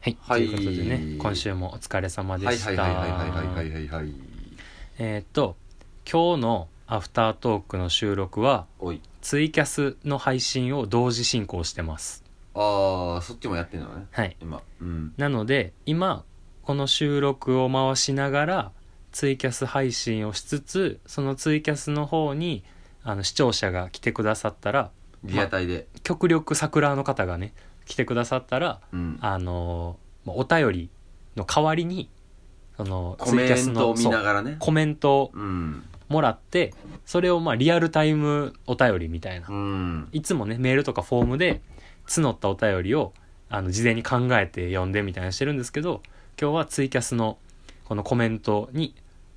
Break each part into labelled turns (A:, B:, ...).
A: はい、
B: はい
A: ということでね今週もお疲れ様で
B: はい
A: し
B: はいはいはいはいはいは
A: た
B: いはいはい
A: えーっと今日のアフタートークの収録は
B: おい
A: ツイキャスの配信を同時進行してます
B: ああそっちもやってんのね
A: はい
B: 今うん
A: なので今この収録を回しながらツイキャス配信をしつつそのツイキャスの方にあの視聴者が来てくださったら
B: リアタイで、
A: 極力桜の方がね来てくださったら
B: うん
A: あのーまあお便りの代わりにその
B: コメントを見
A: そ
B: な
A: う
B: がらね
A: コメントを
B: うん
A: もらってそれをまあリアルタイムお便りみたいな
B: うん
A: いつもねメールとかフォームで募ったお便りをあの事前に考えて読んでみたいなしてるんですけど今日はツイキャスのこのコメントに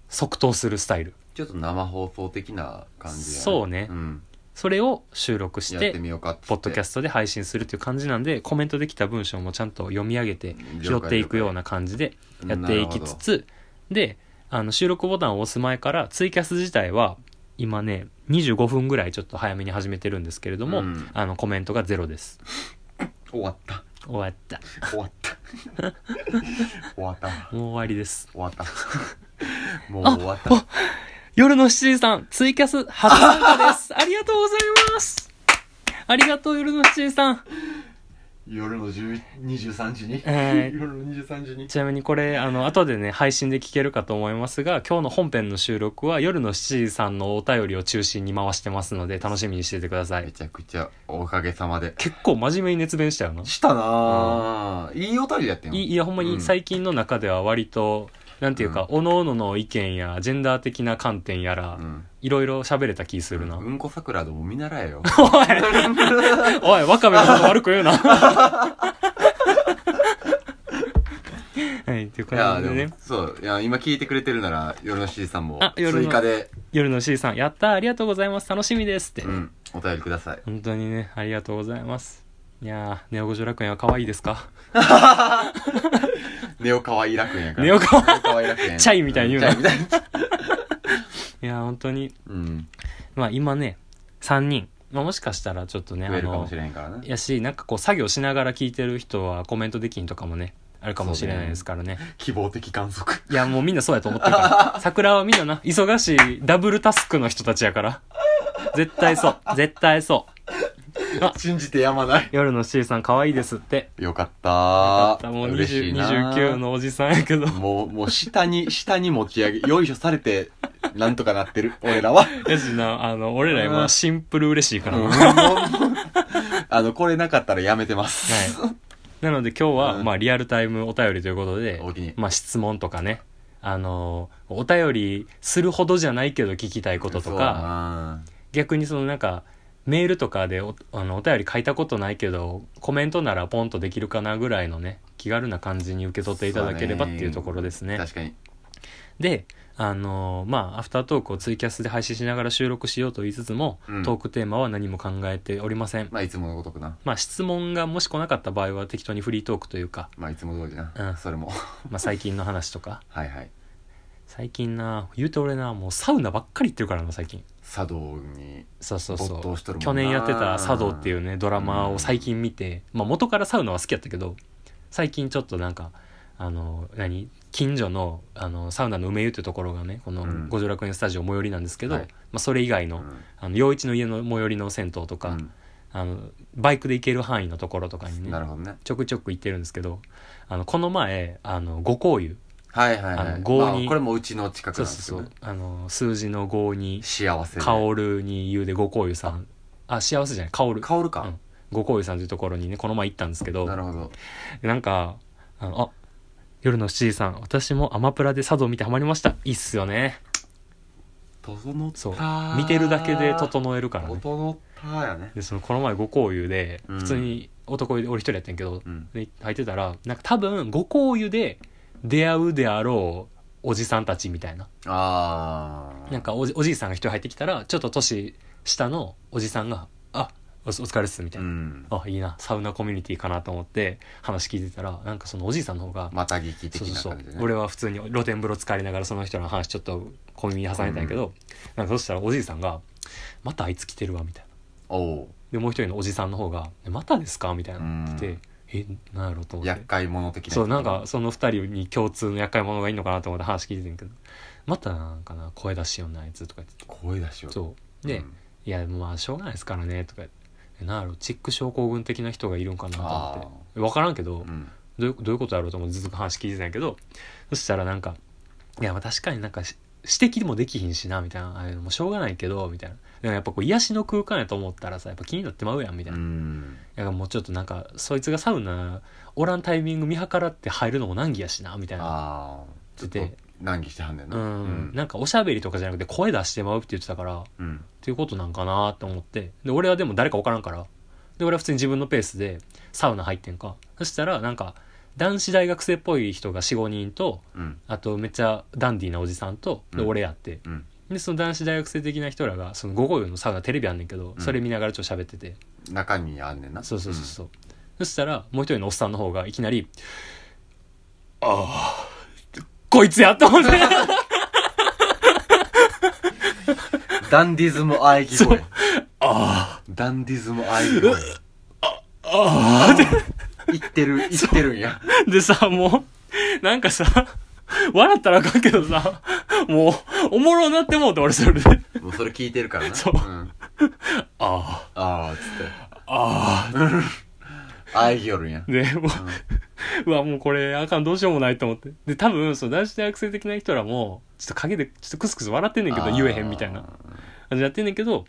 A: 即答するスタイル
B: ちょっと生放送的な感じや
A: そうね
B: ん、
A: それを収録し
B: やっててみようかっ
A: ポッドキャストで配信するっていう感じなんでコメントできた文章もちゃんと読み上げて拾っていくような感じで
B: ト
A: やっていきつつであの収録ボタンを押す前からツイキャス自体は今ね25分ぐらいちょっと早めに始めてるんですけれども、
B: うん
A: あのコメントがゼロです
B: 終わった
A: 終わった
B: 終わった 終わった
A: もう終わりです
B: 終 わったもう終わった
A: 夜の7時さんツイキャス初参加です ありがとうございますありがとう夜の7時さん
B: 夜の10 23時に、
A: はい
B: 夜の23時に
A: ちなみにこれあの後でね配信で聞けるかと思いますが今日の本編の収録は夜の7時さんのお便りを中心に回してますので楽しみにしててくださ
B: め
A: い
B: ちゃくちゃおかげさまで
A: 結構真面目に熱弁したよな
B: したなあ、いいお便りやってんの
A: いいやほんま
B: う
A: に
B: ん
A: 最近の中では割と、なんていうか、おのおのの意見やジェンダー的な観点やら、
B: うん
A: いろいろ喋れた気するな、
B: うんこ桜でも見 習えよ
A: おい若部のこと悪く言うなはいっていう
B: いや
A: 感じ
B: で
A: で
B: も、
A: ね
B: そういや今聞いてくれてるなら夜の C さんも
A: あ夜の
B: 追加で、
A: 夜の C さん「やったーありがとうございます楽しみです」って、
B: うん、お便りください
A: 本当にねありがとうございますいやーネオ五条楽園は可愛いですか
B: ネオかわい楽園やから
A: ネオかわ
B: ネオかわい楽園
A: チャイみたいに言うな
B: チャイみたいに
A: いやー本当に
B: うん
A: まあ今ね3人、まあ、もしかしたらちょっとね
B: 増え
A: あ
B: るか
A: の
B: もしれへんからね
A: やしなんかこう作業しながら聞いてる人はコメントできんとかもねあるかもしれないですからね
B: 希望的観測
A: いやもうみんなそうやと思ってるから 桜はみんなな忙しいダブルタスクの人たちやから絶対そう絶対そう
B: 信じてやまない
A: 夜の C さん可愛いですって
B: よかっ
A: あ
B: た
A: もう
B: 嬉し
A: 20
B: いな
A: 29のおじさんやけど
B: もうもう下に下に持ち上げよいしょされてなんとかなってる俺らは
A: やしなあの俺ら今シンプル嬉しいからな、はい
B: あのこれなかったらやめてます、
A: なので今日は、
B: うん
A: まあリアルタイムお便りということで
B: おおきに
A: まあ質問とかねあのお便りするほどじゃないけど聞きたいことと
B: そう
A: か
B: だな
A: 逆にそのなんかメールとかでおあのお便り書いたことないけどコメントならポンとできるかなぐらいのね気軽な感じに受け取っていただければっていうところですね
B: 確かに
A: であのーまあアフタートークをツイキャスで配信しながら収録しようと言いつつも、
B: うん
A: トークテーマは何も考えておりません
B: まあいつものごとくな
A: まあ質問がもし来なかった場合は適当にフリートークというか、
B: まあいつも通りな、
A: うん
B: それも
A: まあ、最近の話とか
B: はいはい
A: 最近な言うて俺なもうサウナばっかり行ってるからな最近
B: 茶道に
A: そうそうそ
B: 没頭しとる
A: う
B: もんな
A: 去年やってた「茶道」っていうねドラマを最近見て、まあ、元からサウナは好きやったけど最近ちょっとなんかあの何近所のあのサウナの梅湯ってところがねこの
B: うん
A: 五条楽園スタジオ最寄りなんですけど、
B: はい
A: まあ、それ以外の,、
B: うん
A: あの陽一の家の最寄りの銭湯とか、
B: うん
A: あのバイクで行ける範囲のところとかに
B: なる
A: ね
B: ほどね
A: ちょくちょく行ってるんですけどあのこの前あの五香湯
B: はいはい
A: あ
B: は
A: の
B: い
A: 郷に
B: まあこれもうちの近く
A: そ
B: な
A: うん
B: です
A: そ
B: よ
A: うそ
B: ね
A: うあの数字の5に
B: 幸せで
A: 薫に言うで五香湯さんあ幸せじゃない薫
B: 香る
A: う
B: か
A: ん、五香湯さんというところにねこの前行ったんですけど
B: なるほど
A: なんかあのあ夜の7時さん私もアマプラで茶道見てハマりましたいいっすよね
B: 整った
A: そう
B: ー
A: 見てるだけで整えるからね
B: 整ったーやね
A: でそのこの前五香湯で
B: うん
A: 普通に男湯で俺一人やってんけど、
B: うん
A: で入ってたらなんか多分五香湯で出会うであろうおじさんたちみたいな
B: ああ
A: なんかおじおじいさんが一人入ってきたらちょっと年下のおじさんが「あおお疲れっす」みた
B: う
A: いな、
B: ん
A: あいいなサウナコミュニティかなと思って話聞いてたらなんかそのおじいさんの方が
B: また劇的
A: そうそう
B: な
A: そう
B: 感じでね
A: 俺は普通に露天風呂使いながらその人の話ちょっと小耳に挟んでたんやけど、なんかそしたらおじいさんが「またあいつ来てるわ」みたいな
B: おう
A: でもう一人のおじさんの方が「えまたですか?」みたいな
B: うん
A: 来てえなんやろと思って
B: 厄介者的な
A: そうなんかその二人に共通の厄介者がいいのかなと思って話聞いてんけどまたなんかな声出しよんなあいつとか言ってて
B: 声出しよ
A: そうで、
B: うん
A: いやまあしょうがないですからね」とか言ってえなんやろチック症候群的な人がいるんかなと思って分からんけど、
B: うん
A: どういうどういうことやろうと思ってずっと話聞いてたんやけどそしたらなんか「いやまあ確かになんかし指摘もできひんしな」みたいな「ああいうのもしょうがないけど」みたいなでもやっぱこう癒しの空間やと思ったらさやっぱ気になってまうやんみた
B: う
A: いな、
B: ん
A: だからもうちょっとなんかそいつがサウナおらんタイミング見計らって入るのも難儀やしなみたいな
B: ああちょっと
A: 言って
B: 難儀してはんねん
A: う、
B: なうん
A: なんかおしゃべりとかじゃなくて声出してまうって言ってたからっ
B: うん
A: ていうことなんかなと思ってで俺はでも誰か分からんからで俺は普通に自分のペースでサウナ入ってんかそしたらなんか男子大学生っぽい人が45人と
B: うん
A: あとめっちゃダンディーなおじさんとで
B: うん
A: 俺やって、
B: うん
A: でその男子大学生的な人らがその午後夜のサウナテレビあんねんけど、
B: うん
A: それ見ながらちょっと喋ってて
B: 中にあんねんな
A: そうそうそうそう、そしたらもう一人のおっさんの方がいきなり「ああこいつや!」と思って
B: うんダンディズム喘ぎ
A: そう
B: 声
A: 「あ
B: ダンディズム喘ぎ声
A: あああ」って
B: 言ってる言ってるんや
A: でさもうなんかさ笑ったらあかんけどさもうおもろなってもうて俺それで
B: もうそれ聞いてるからな
A: そうん「あ
B: ああっつっ
A: あああ
B: て喘ぎよるんや」
A: でもう うわもうこれあかんどうしようもないと思ってで多分その男子大学生的な人らもちょっと陰でちょっとクスクス笑ってんねんけど言えへんみたいな
B: あ
A: 感じやってんねんけど
B: ー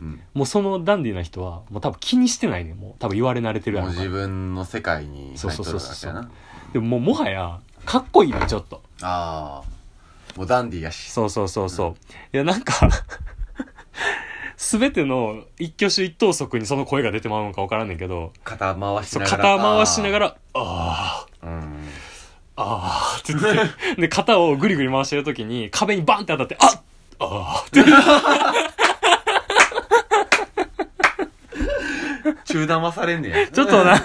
B: うん
A: もうそのダンディーな人はもう多分気にしてないねんもう多分言われ慣れてるや
B: もう
A: ろうか
B: 自
A: ら
B: 分の世界に入っとるわけや
A: そうそうそうそう
B: な
A: でももうもはやかっこいいねちょっと
B: ああもうダンディやし
A: そうそうそうそう、いやなんか 全ての一挙手一投足にその声が出てまうのか分からんねんけど
B: 肩回し
A: そう
B: ながら
A: 肩回しなが
B: ら
A: ら「あー
B: うん
A: あー」って言 ってで肩をぐりぐり回してる時に壁にバンって当たって「あっあー」って
B: 中断はされんねや
A: ちょっとな、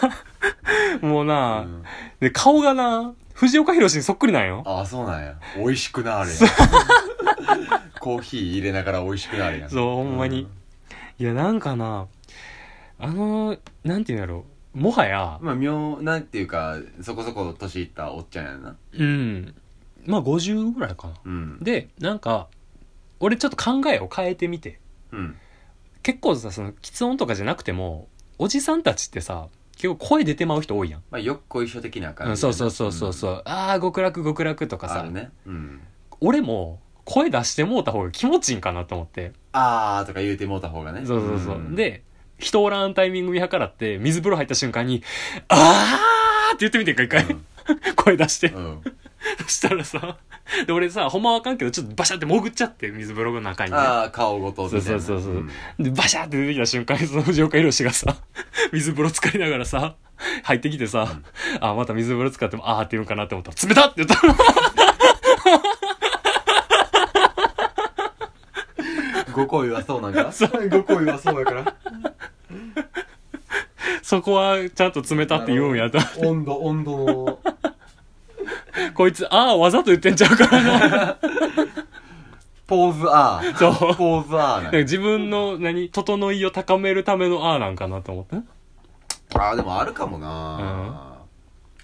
A: もう
B: う
A: な、
B: ん
A: で、顔がな、藤岡弘にそっくりなんよ。
B: ああそうなんや美味しくなあれやコーヒー入れながら美味しくなあれや
A: そう、ほんまに。いや、なんかな、あの、なんていうんやろう、もはや
B: うん、まあ妙なんていうかそこそこ年いったおっちゃんやな
A: うん、まあ50ぐらいかな。
B: うん
A: で、なんか、俺ちょっと考えを変えてみて、
B: うん
A: 結構さ、その、喫音とかじゃなくても、おじさんたちってさ、結構声出てまう人多いやん。
B: まあよっこいしょ的な感じや
A: う、
B: なん
A: そうそうそうそうそう、ああ極楽極楽と
B: う
A: か
B: んあ
A: さ、
B: るねうん
A: 俺も声出してもうた方が気持ちいいんかなと思って
B: あーとか言うてもうた方がね
A: そうそうそう。
B: ん
A: で、人おらんタイミング見計らって、水風呂入った瞬間に、あーって言ってみてんか、一
B: う
A: 回。声出して。
B: ん、うん
A: そしたらさ、で、俺さ、ほんまはあかんけど、ちょっとバシャって潜っちゃって、水風呂の中にね。
B: ああ顔ごとみたいな
A: そうそうそうそうんで、バシャって出てきた瞬間に、その藤岡弘がさ、水風呂使いながらさ、入ってきてさ、あ、また水風呂使っても、あーって言うんかなって思ったら、冷たって言ったの。
B: ご好意はそうな んかご好意はそうやから
A: そこは、ちゃんと冷たって言うんやと。
B: 温度温度の
A: こいつ、あーわざと言ってんちゃうからな。
B: ポーズアー
A: そう
B: ポーズアーなん
A: なんか
B: や
A: 自分の、何、整いを高めるためのあーなんかなと思って。
B: あーでもあるかもな、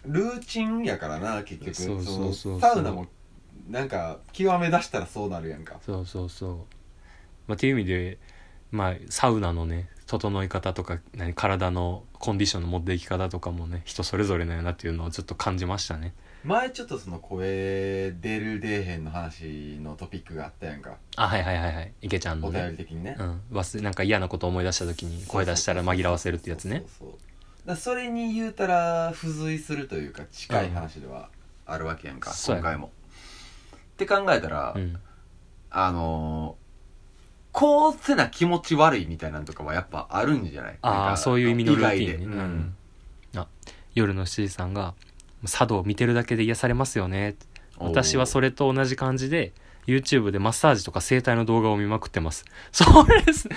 B: ルーチンやからな結局
A: そうそうそうそう
B: のサウナもなんか極め出したらそうなるやんか
A: そうそうそう、まあ、っていう意味で、まあ、サウナのね整い方とか何体のコンディションの持っていき方とかもね人それぞれなんやなっていうのをちょっと感じましたね
B: 前ちょっとその声出る出えへんの話のトピックがあったやんか
A: あはいはいはいはい池ちゃんの
B: お便り
A: ね
B: 的にね、
A: うん、忘れなんか嫌なこと思い出した時に声出したら紛らわせるってやつね
B: そうそうそうだからそれに言うたら付随するというか近い話ではあるわけやんか、
A: そうや
B: 今回もって考えたら、
A: うん
B: あのーこうせな気持ち悪いみたいなんとかはやっぱあるんじゃないなん
A: ああ
B: か
A: そういう意味のルーティンね
B: 以外で
A: う
B: うん
A: ん、あ夜の七時さんが「茶道を見てるだけで癒されますよね」
B: おー
A: 私はそれと同じ感じで YouTube でマッサージとか整体の動画を見まくってます それです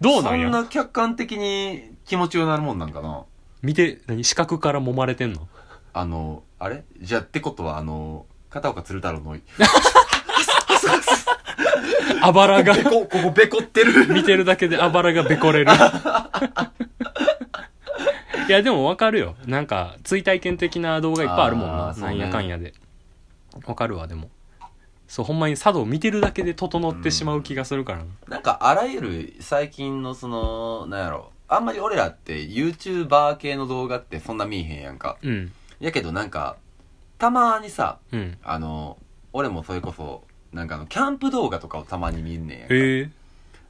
A: どうなん
B: そん
A: や
B: な客観的に気持ちようなるもんなんかな
A: 見て何視覚から揉まれてんの
B: あのあれじゃあってことはあの片岡鶴太郎の
A: あばらが
B: ベコここ ベコってる
A: 見てるだけであばらがべこれる いやでもわかるよなんか追体験的な動画いっぱいあるもん
B: あ
A: な
B: ー
A: なんやかんやでわかるわでもそうほんまに茶道見てるだけで整ってしまう気がするからな
B: なんかあらゆる最近のそのなんやろあんまり俺らって YouTuber 系の動画ってそんな見えへんやんか
A: うん
B: やけどなんかたまにさ
A: うん
B: あの俺もそれこそなんかあのキャンプ動画とかをたまに見んねんやんか
A: へえ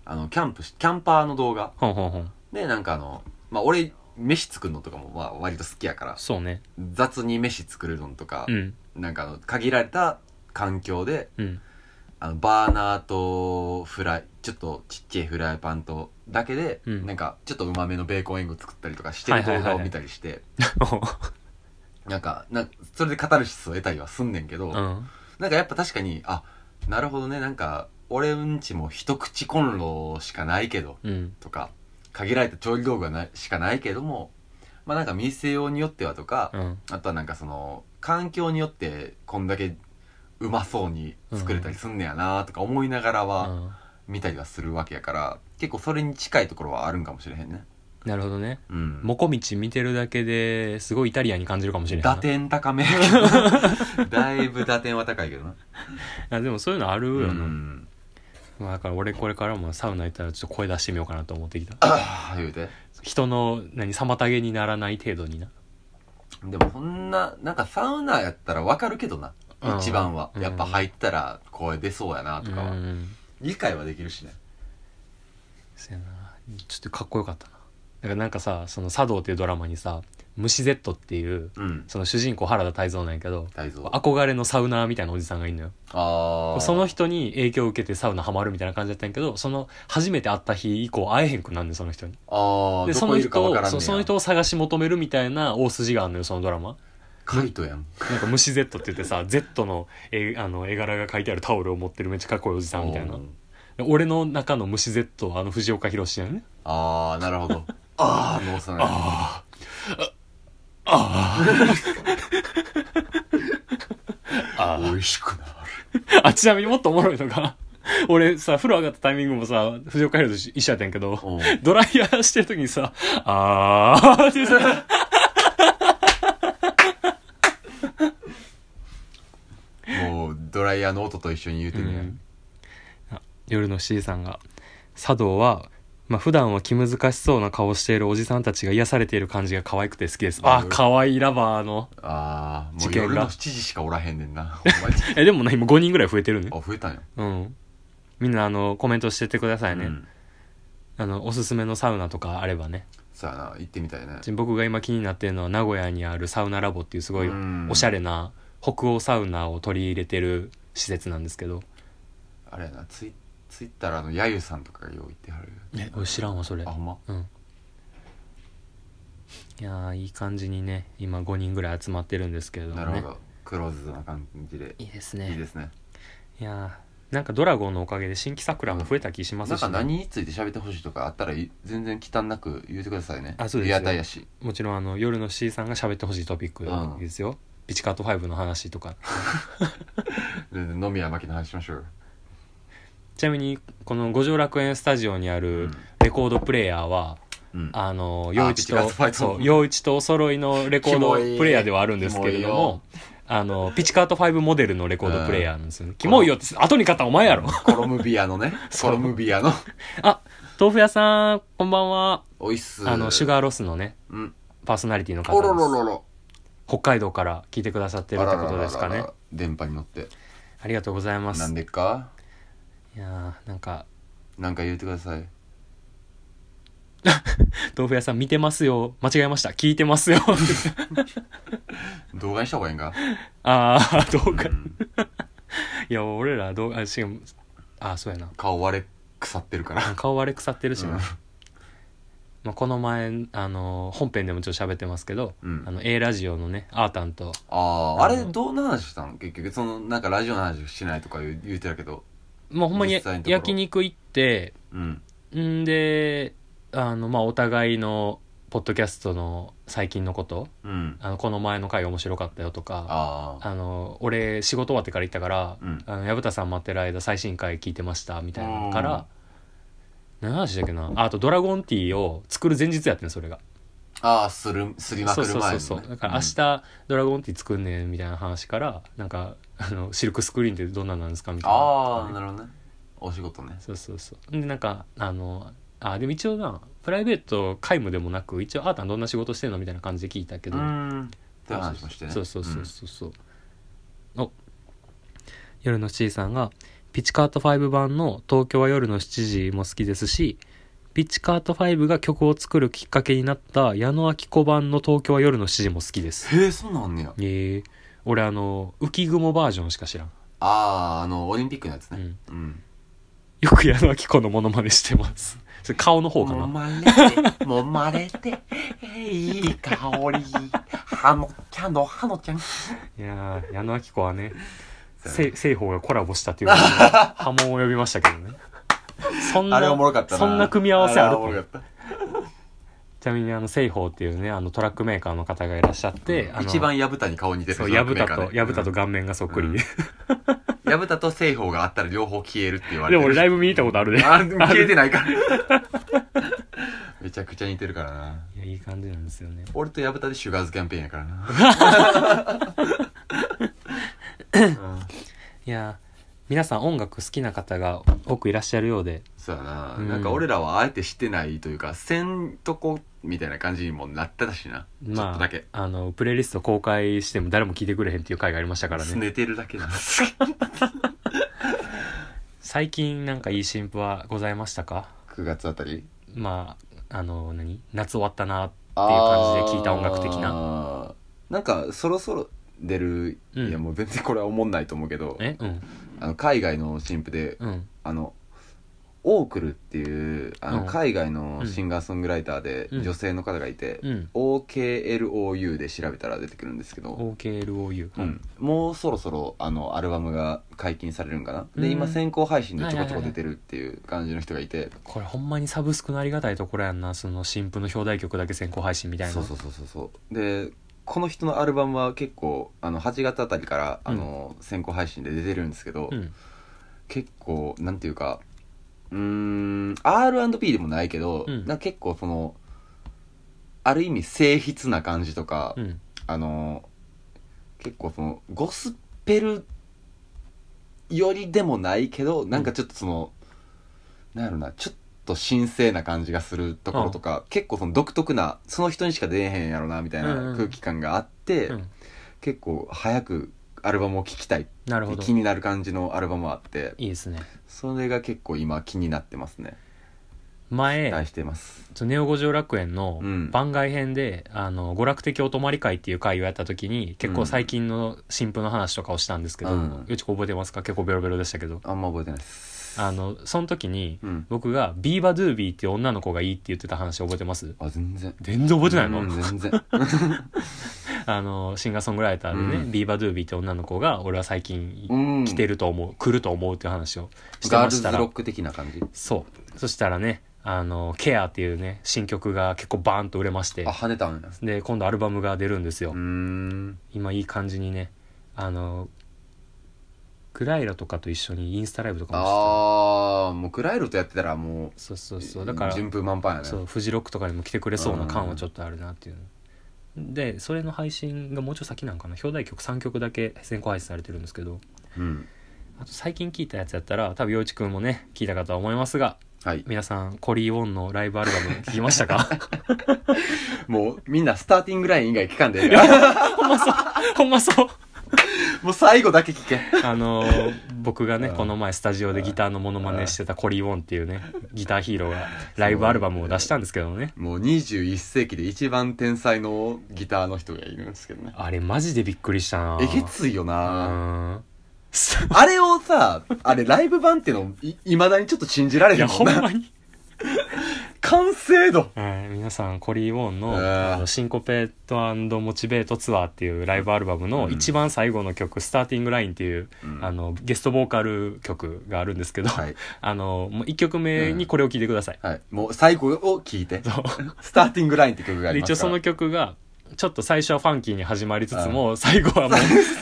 B: あのキャンプしキャンパーの動画
A: ほんほんほん
B: でなんかあのまあ俺飯作るのとかもまあ割と好きやから
A: そうね
B: 雑に飯作るのとか
A: う、ん
B: なんかあの限られた環境で
A: うん
B: あのバーナーとフライちょっとちっちゃいフライパンとだけで、
A: うん
B: なんかちょっとうまめのベーコンエッグ作ったりとかしてる
A: はいはい
B: 動
A: はいはい
B: 画を見たりして、なんかなんかそれでカタルシスを得たりはすんねんけど、
A: うん
B: なんかやっぱ確かにあなるほどねなんか俺んちも一口コンロしかないけど
A: うん
B: とか限られた調理道具がないしかないけどもまあなんか店用によってはとか、
A: うん
B: あとはなんかその環境によってこんだけうまそうに作れたりすんねやなとか思いながらは
A: うん
B: 見たりはするわけやから結構それに近いところはあるんかもしれへんね
A: なるほどね
B: うん
A: もこみち見てるだけですごいイタリアンに感じるかもしれない
B: 打点高 めだいぶ打点は高いけどな
A: あでもそういうのある
B: う
A: よな、
B: ん
A: まあ、だから俺これからもサウナ行ったらちょっと声出してみようかなと思ってきた
B: ああ言うて
A: 人の何妨げにならない程度にな
B: でもそんななんかサウナやったらわかるけどな
A: うん
B: 一番は
A: うん
B: やっぱ入ったら声出そうやなとか
A: う
B: は
A: ん
B: 理解はできるしね
A: そやなちょっとかっこよかったなだからなんかさその「茶道」っていうドラマにさ「虫 Z」っていう
B: うん
A: その主人公原田泰造なんやけど
B: 大蔵あ
A: 憧れのサウナーみたいなおじさんがいるのよ
B: あー
A: その人に影響を受けてサウナハマるみたいな感じだったんやけどその初めて会った日以降会えへんくなんねんその人に
B: あー
A: で
B: ど
A: その
B: こいるか
A: 人
B: わ
A: を
B: からんね
A: そうその人を探し求めるみたいな大筋があるのよそのドラマ
B: カイトやん
A: なんか虫 Z って言ってさ Z の絵あの絵柄が書いてあるタオルを持ってるめっちゃかっこいいおじさんみたいな
B: おー
A: 俺の中の虫 Z はあの藤岡弘やね
B: ああなる ほどああの幼い
A: ああああ
B: 美味しくなる
A: ああちなみにもっとおもろいのが 俺さ風呂上がったタイミングもさ藤岡弘と一緒やったんやけど
B: おう
A: ドライヤーしてる時にさ「あー」って言ってた
B: もうドライヤーの音と一緒に言うてみや、
A: うんあ夜の C さんが茶道はまあ普段は気難しそうな顔をしているおじさんたちが癒されている感じが可愛くて好きですあ可愛いラバーの
B: ああも
A: 事
B: う
A: 件が
B: 夜の7時しかおらへんねんなお 前
A: えでもな今5人ぐらい増えてるね
B: あ増えたんや
A: うんみんなあのコメントしてってくださいね、
B: うん
A: あのおすすめのサウナとかあればね
B: そうやな行ってみたいね
A: ち僕が今気になってるのは名古屋にあるサウナラボっていうすごい
B: うん
A: おしゃれな北欧サウナを取り入れてる施設なんですけど
B: あれやなツイツイッターのやゆさんとかがよう言ってはる
A: え俺知らんわそれ
B: あほんま
A: うんいやーいい感じにね今5人ぐらい集まってるんですけれども
B: な
A: ね
B: るほど、クローズドな感じで
A: いいですね
B: いいですね
A: いやーなんかドラゴンのおかげで新規桜も増えた気しますし、
B: なん
A: ね
B: か何について喋ってほしいとかあったらい全然忌憚なく言うてくださいね
A: あそうです
B: リ
A: よ
B: アタイやし
A: もちろんあの夜の C さんが喋ってほしいトピック
B: うん
A: ですよ、ピチカート5の話とか
B: 全然飲みや巻きの話しましょうよ
A: ちなみにこの五条楽園スタジオにあ
B: う
A: る
B: ん
A: レコードプレイヤーは、
B: うん
A: あの
B: あ
A: 陽一
B: ピチカー
A: と
B: トファイト
A: そう陽一とお揃いのレコ ードプレイヤーではあるんですけれどもあのピチカート5モデルのレコードプレイヤーなんですよね、キモいよって後に買ったんお前や ろ
B: コロムビアのね
A: そ
B: コ
A: う
B: ロムビアの
A: あ豆腐屋さんこんばんは
B: おいっす
A: あのシュガーロスのね
B: うん
A: パーソナリティの方
B: お
A: です
B: ろろろろ
A: 北海道から聞いてくださってるってことですか
B: あららら
A: ね
B: ら電波に乗って
A: ありがとうございま
B: なん
A: す
B: でか
A: いやーなんか
B: なんか言うてください
A: 豆腐屋さん見てますよ間違えました聞いてますよ
B: 動画にした方がいいんか、
A: ああ動画
B: う
A: い
B: ん
A: や俺ら動画あしかもあそうやな
B: 顔割れ腐って るから
A: 顔割れ腐ってるしな、
B: うん
A: まあ、この前あの本編でもちょっと喋ってますけど、
B: うん
A: あの A ラジオのねあーたんと
B: あああれどんな話したの結局そのなんかラジオの話しないとか言う言うてたけど
A: もうほんまに
B: 実際のところ
A: 焼肉行って
B: うん
A: んであの、まあ、お互いのポッドキャストの最近のこと
B: うん
A: あのこの前の回面白かったよとか
B: ああ
A: あの俺仕事終わってから行ったから
B: うん
A: あの薮田さん待ってる間最新回聞いてましたみたいなのか
B: うん
A: ら何の話だっけなああと「ドラゴンティー」を作る前日やってんそれが
B: ああするすりま
A: そう
B: くる
A: そう
B: 前
A: そ
B: の
A: うそうだから明日ドラゴンティー作んねんみたいな話からなんかあのシルクスクリーンってどんなんなんですかみたいな
B: ああなるほどねお仕事ね
A: そうそうそうでなんかあのあでも一応なプライベート皆無でもなく一応あーたんどんな仕事してんのみたいな感じで聞いたけ
B: う
A: ど
B: ーんって話もしてね
A: そうそうそうそうそう、お夜の C さんが「ピッチカート5版の『東京は夜の7時』も好きですしピッチカート5が曲を作るきっかけになった矢野明子版の『東京は夜の7時』も好きです
B: うんへえそうなんあんねや
A: ええ俺あの浮雲バージョンしか知らん、
B: あああのオリンピックのやつ
A: う
B: ね
A: ん、
B: うん
A: よく矢野明子のモノマネしてますそれ顔の方かな
B: もまれて、もまれて、いい香り。はのちゃんの、はのちゃん。
A: いやー矢野明子はね
B: そう
A: せ
B: や
A: 西方がコラボしたっていうこと で波紋を呼びましたけどねそんな
B: あれおもろかったな。
A: そんな組み合わせある
B: れおもろかっ
A: ちなみにあの西方っていうねあのトラックメーカーの方がいらっしゃって、
B: た
A: あの
B: 一番矢蓋に顔似てる
A: そう
B: トラ
A: 矢
B: ックメ
A: 蓋
B: ーカーね
A: と矢蓋と顔面がそっくり、
B: うん
A: で
B: うん矢蓋と西方があったら両方消えるって言われ
A: で
B: て
A: も
B: る
A: 俺ライブ見に行ったことあるね
B: あ消えてないからめちゃくちゃ似てるからない
A: やいい感じなんですよね
B: 俺と矢蓋でシュガーズキャンペーンやからなうん
A: いやー皆さん音楽好きな方が多くいらっしゃるようで
B: そうやな、
A: うん
B: なんか俺らはあえてしてないというかせんとこみたいな感じにもなってたしな、ちょっ
A: ま
B: とだ
A: あ
B: け、
A: あのプレイリスト公開しても誰も聞いてくれへんっていう回がありましたから
B: す
A: ね
B: ねてるだけなんです
A: 最近なんかいい新譜はございましたか
B: 9月あたりっていう
A: まああの何夏終わったな感じで聞いた音楽的な
B: ななんかそろそろ出る、
A: うん
B: いやもう全然これは思んないと思うけど
A: えうん
B: あの海外の新婦で
A: うん
B: あのオークルっていうあ
A: う
B: の
A: ん
B: 海外のシンガーソングライターで
A: うん
B: 女性の方がいて、
A: うん
B: OKLOU で調べたら出てくるんですけど、
A: OKLOU
B: うん、もうそろそろあのアルバムが解禁されるんかな、
A: う
B: で
A: ん
B: 今先行配信でちょこちょこ出てるっていう感じの人がいて、
A: これほんまにサブスクのありがたいところやんなその新婦の表題曲だけ先行配信みたいな
B: そうそうそうそうそうでこの人のアルバムは結構あの8月あたりからあの、先行配信で出てるんですけど、
A: ん、
B: 結構なんていうかうーん R&B でもないけど、
A: うん
B: なんか結構そのある意味性質な感じとか、
A: うん、
B: あの結構そのゴスペルよりでもないけどなんかちょっとその、なんやろなちょっと神聖な感じがするところとか、結構その独特なその人にしか出えへんやろなみたい
A: うんう
B: なん空気感があって、
A: うん
B: 結構早くアルバムを聴きたい
A: なるほど
B: 気
A: い
B: になる感じのアルバムもあって
A: いですね
B: それが結構今気になってますね期
A: 前
B: 待してます
A: 「ネオ五条楽園」の
B: うん
A: 番外編で、あの娯楽的お泊まり会っていう会をやった時に結構最近の新婦の話とかをしたんですけど、
B: うん
A: よちこ覚えてますか結構ベロベロでしたけど
B: あんま覚えてないです
A: あのその時に
B: うん
A: 僕が「ビーバドゥービー」っていう女の子がいいって言ってた話覚えてます
B: あ全然
A: 全然覚えてないの、
B: うん 全然
A: あのシンガーソングライターでね、
B: うん
A: ビーバドゥービーって女の子が俺は最近
B: うん
A: 来てると思う、来ると思うっていう話をして
B: ガール
A: ま
B: ズ
A: した
B: ロ
A: ら
B: ック的な感じ
A: そうそしたらね「あのケアっていうね新曲が結構バーンと売れまして
B: あ跳ねたんや
A: で今度アルバムが出るんですよ、
B: うーん
A: 今いい感じにねあのクライラとかと一緒にインスタライブとかもして
B: ああもうクライルとやってたらも
A: たそうそう
B: う
A: そうだから
B: 順風満帆やね
A: そうフジロックとかにも来てくれそうな感はちょっとあるなっていうでそれの配信がもうちょい先なんかな表題曲3曲だけ先行配信されてるんですけど
B: うん
A: あと最近聞いたやつやったら多分陽一くんもね聞いたかとは思いますが
B: はい
A: 皆さんコリー・ウォンのライブアルバム聞きました か
B: もうみんなスターティングライン以外聞か んでええから
A: ほんまそう
B: もう最後だけ聞け
A: あのー僕がね
B: うん
A: この前スタジオでギターのモノマネしてたコリー・ウォンっていうねギターヒーローがライブアルバムを出したんですけどね
B: もう21世紀で一番天才のギターの人がいるんですけどね
A: あれマジでびっくりしたな
B: えげついよ
A: う
B: な、
A: ん
B: あれをさ、あれライブ版っていうのい、いまだにちょっと信じられ
A: い
B: へ
A: や
B: んも
A: ほ
B: ん
A: ん
B: な。
A: まに
B: 完成度
A: はい、皆さんコリー・ウォンの
B: えー
A: あの「シンコペートモチベートツアー」っていうライブアルバムの
B: うん
A: 一番最後の曲「スターティング・ライン」っていう、
B: うん
A: あのゲストボーカル曲があるんですけど、
B: はい。
A: あのもう1曲目にこれを聴いてください、
B: はい。もう最後を聞いて。スターティングラインって曲があ
A: で
B: りま
A: 一応
B: すか
A: そ
B: ら。
A: の曲がちょっと最初はファンキーに始まりつつも最後 はもう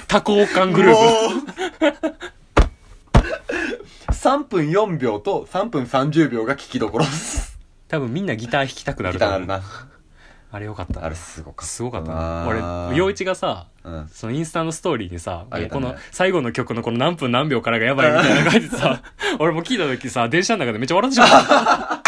A: 多幸感グループ
B: もう3分4秒と3分30秒が聞きどころです。
A: 多分みんなギター弾きたくな
B: ギ
A: る
B: タ
A: と
B: ー
A: 思
B: な
A: う
B: るな。
A: あれよかった
B: あれすごかった
A: すごかった
B: な
A: な俺陽一がさ
B: うん
A: そのインスタのストーリーにさ、
B: あ
A: も
B: げ
A: う
B: た
A: こ
B: ね
A: の最後の曲のこの何分何秒からがやばいみたいなの書いて さ、俺も聞いた時さ、電車の中でめっちゃ笑ってしまった。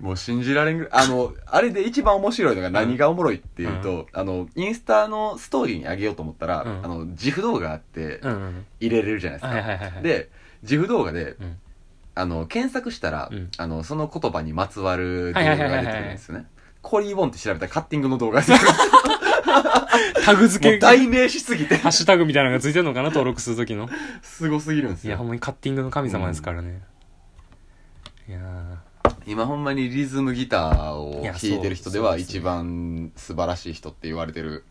B: もう信じられんぐらいあのあれで一番面白いのが何がおもろいっていうと、あのインスタのストーリーに上げようと思ったら、
A: うん
B: あの自負動画あって
A: うんうん。
B: 入れれるじゃないですか、
A: はいはいはいはい。、
B: で自負動画で
A: うん。
B: あの検索したら、
A: うん
B: あのその言葉にまつわる動
A: は
B: 画
A: いは
B: が
A: いはいはい
B: 出てくるんですよねコリー・ボンって調べたらカッティングの動画ですよ も
A: タグ付け
B: う、代名詞すぎて
A: ハッシュタグみたいなのがついてるのかな、登録する時の。
B: すごすぎるんです
A: いや、ほ
B: よ
A: んまにカッティングの神様ですからね。いや
B: 今ほんまにリズムギターを
A: いや
B: 弾いてる人で
A: そ
B: は
A: うですね
B: 一番素晴らしい人って言われてる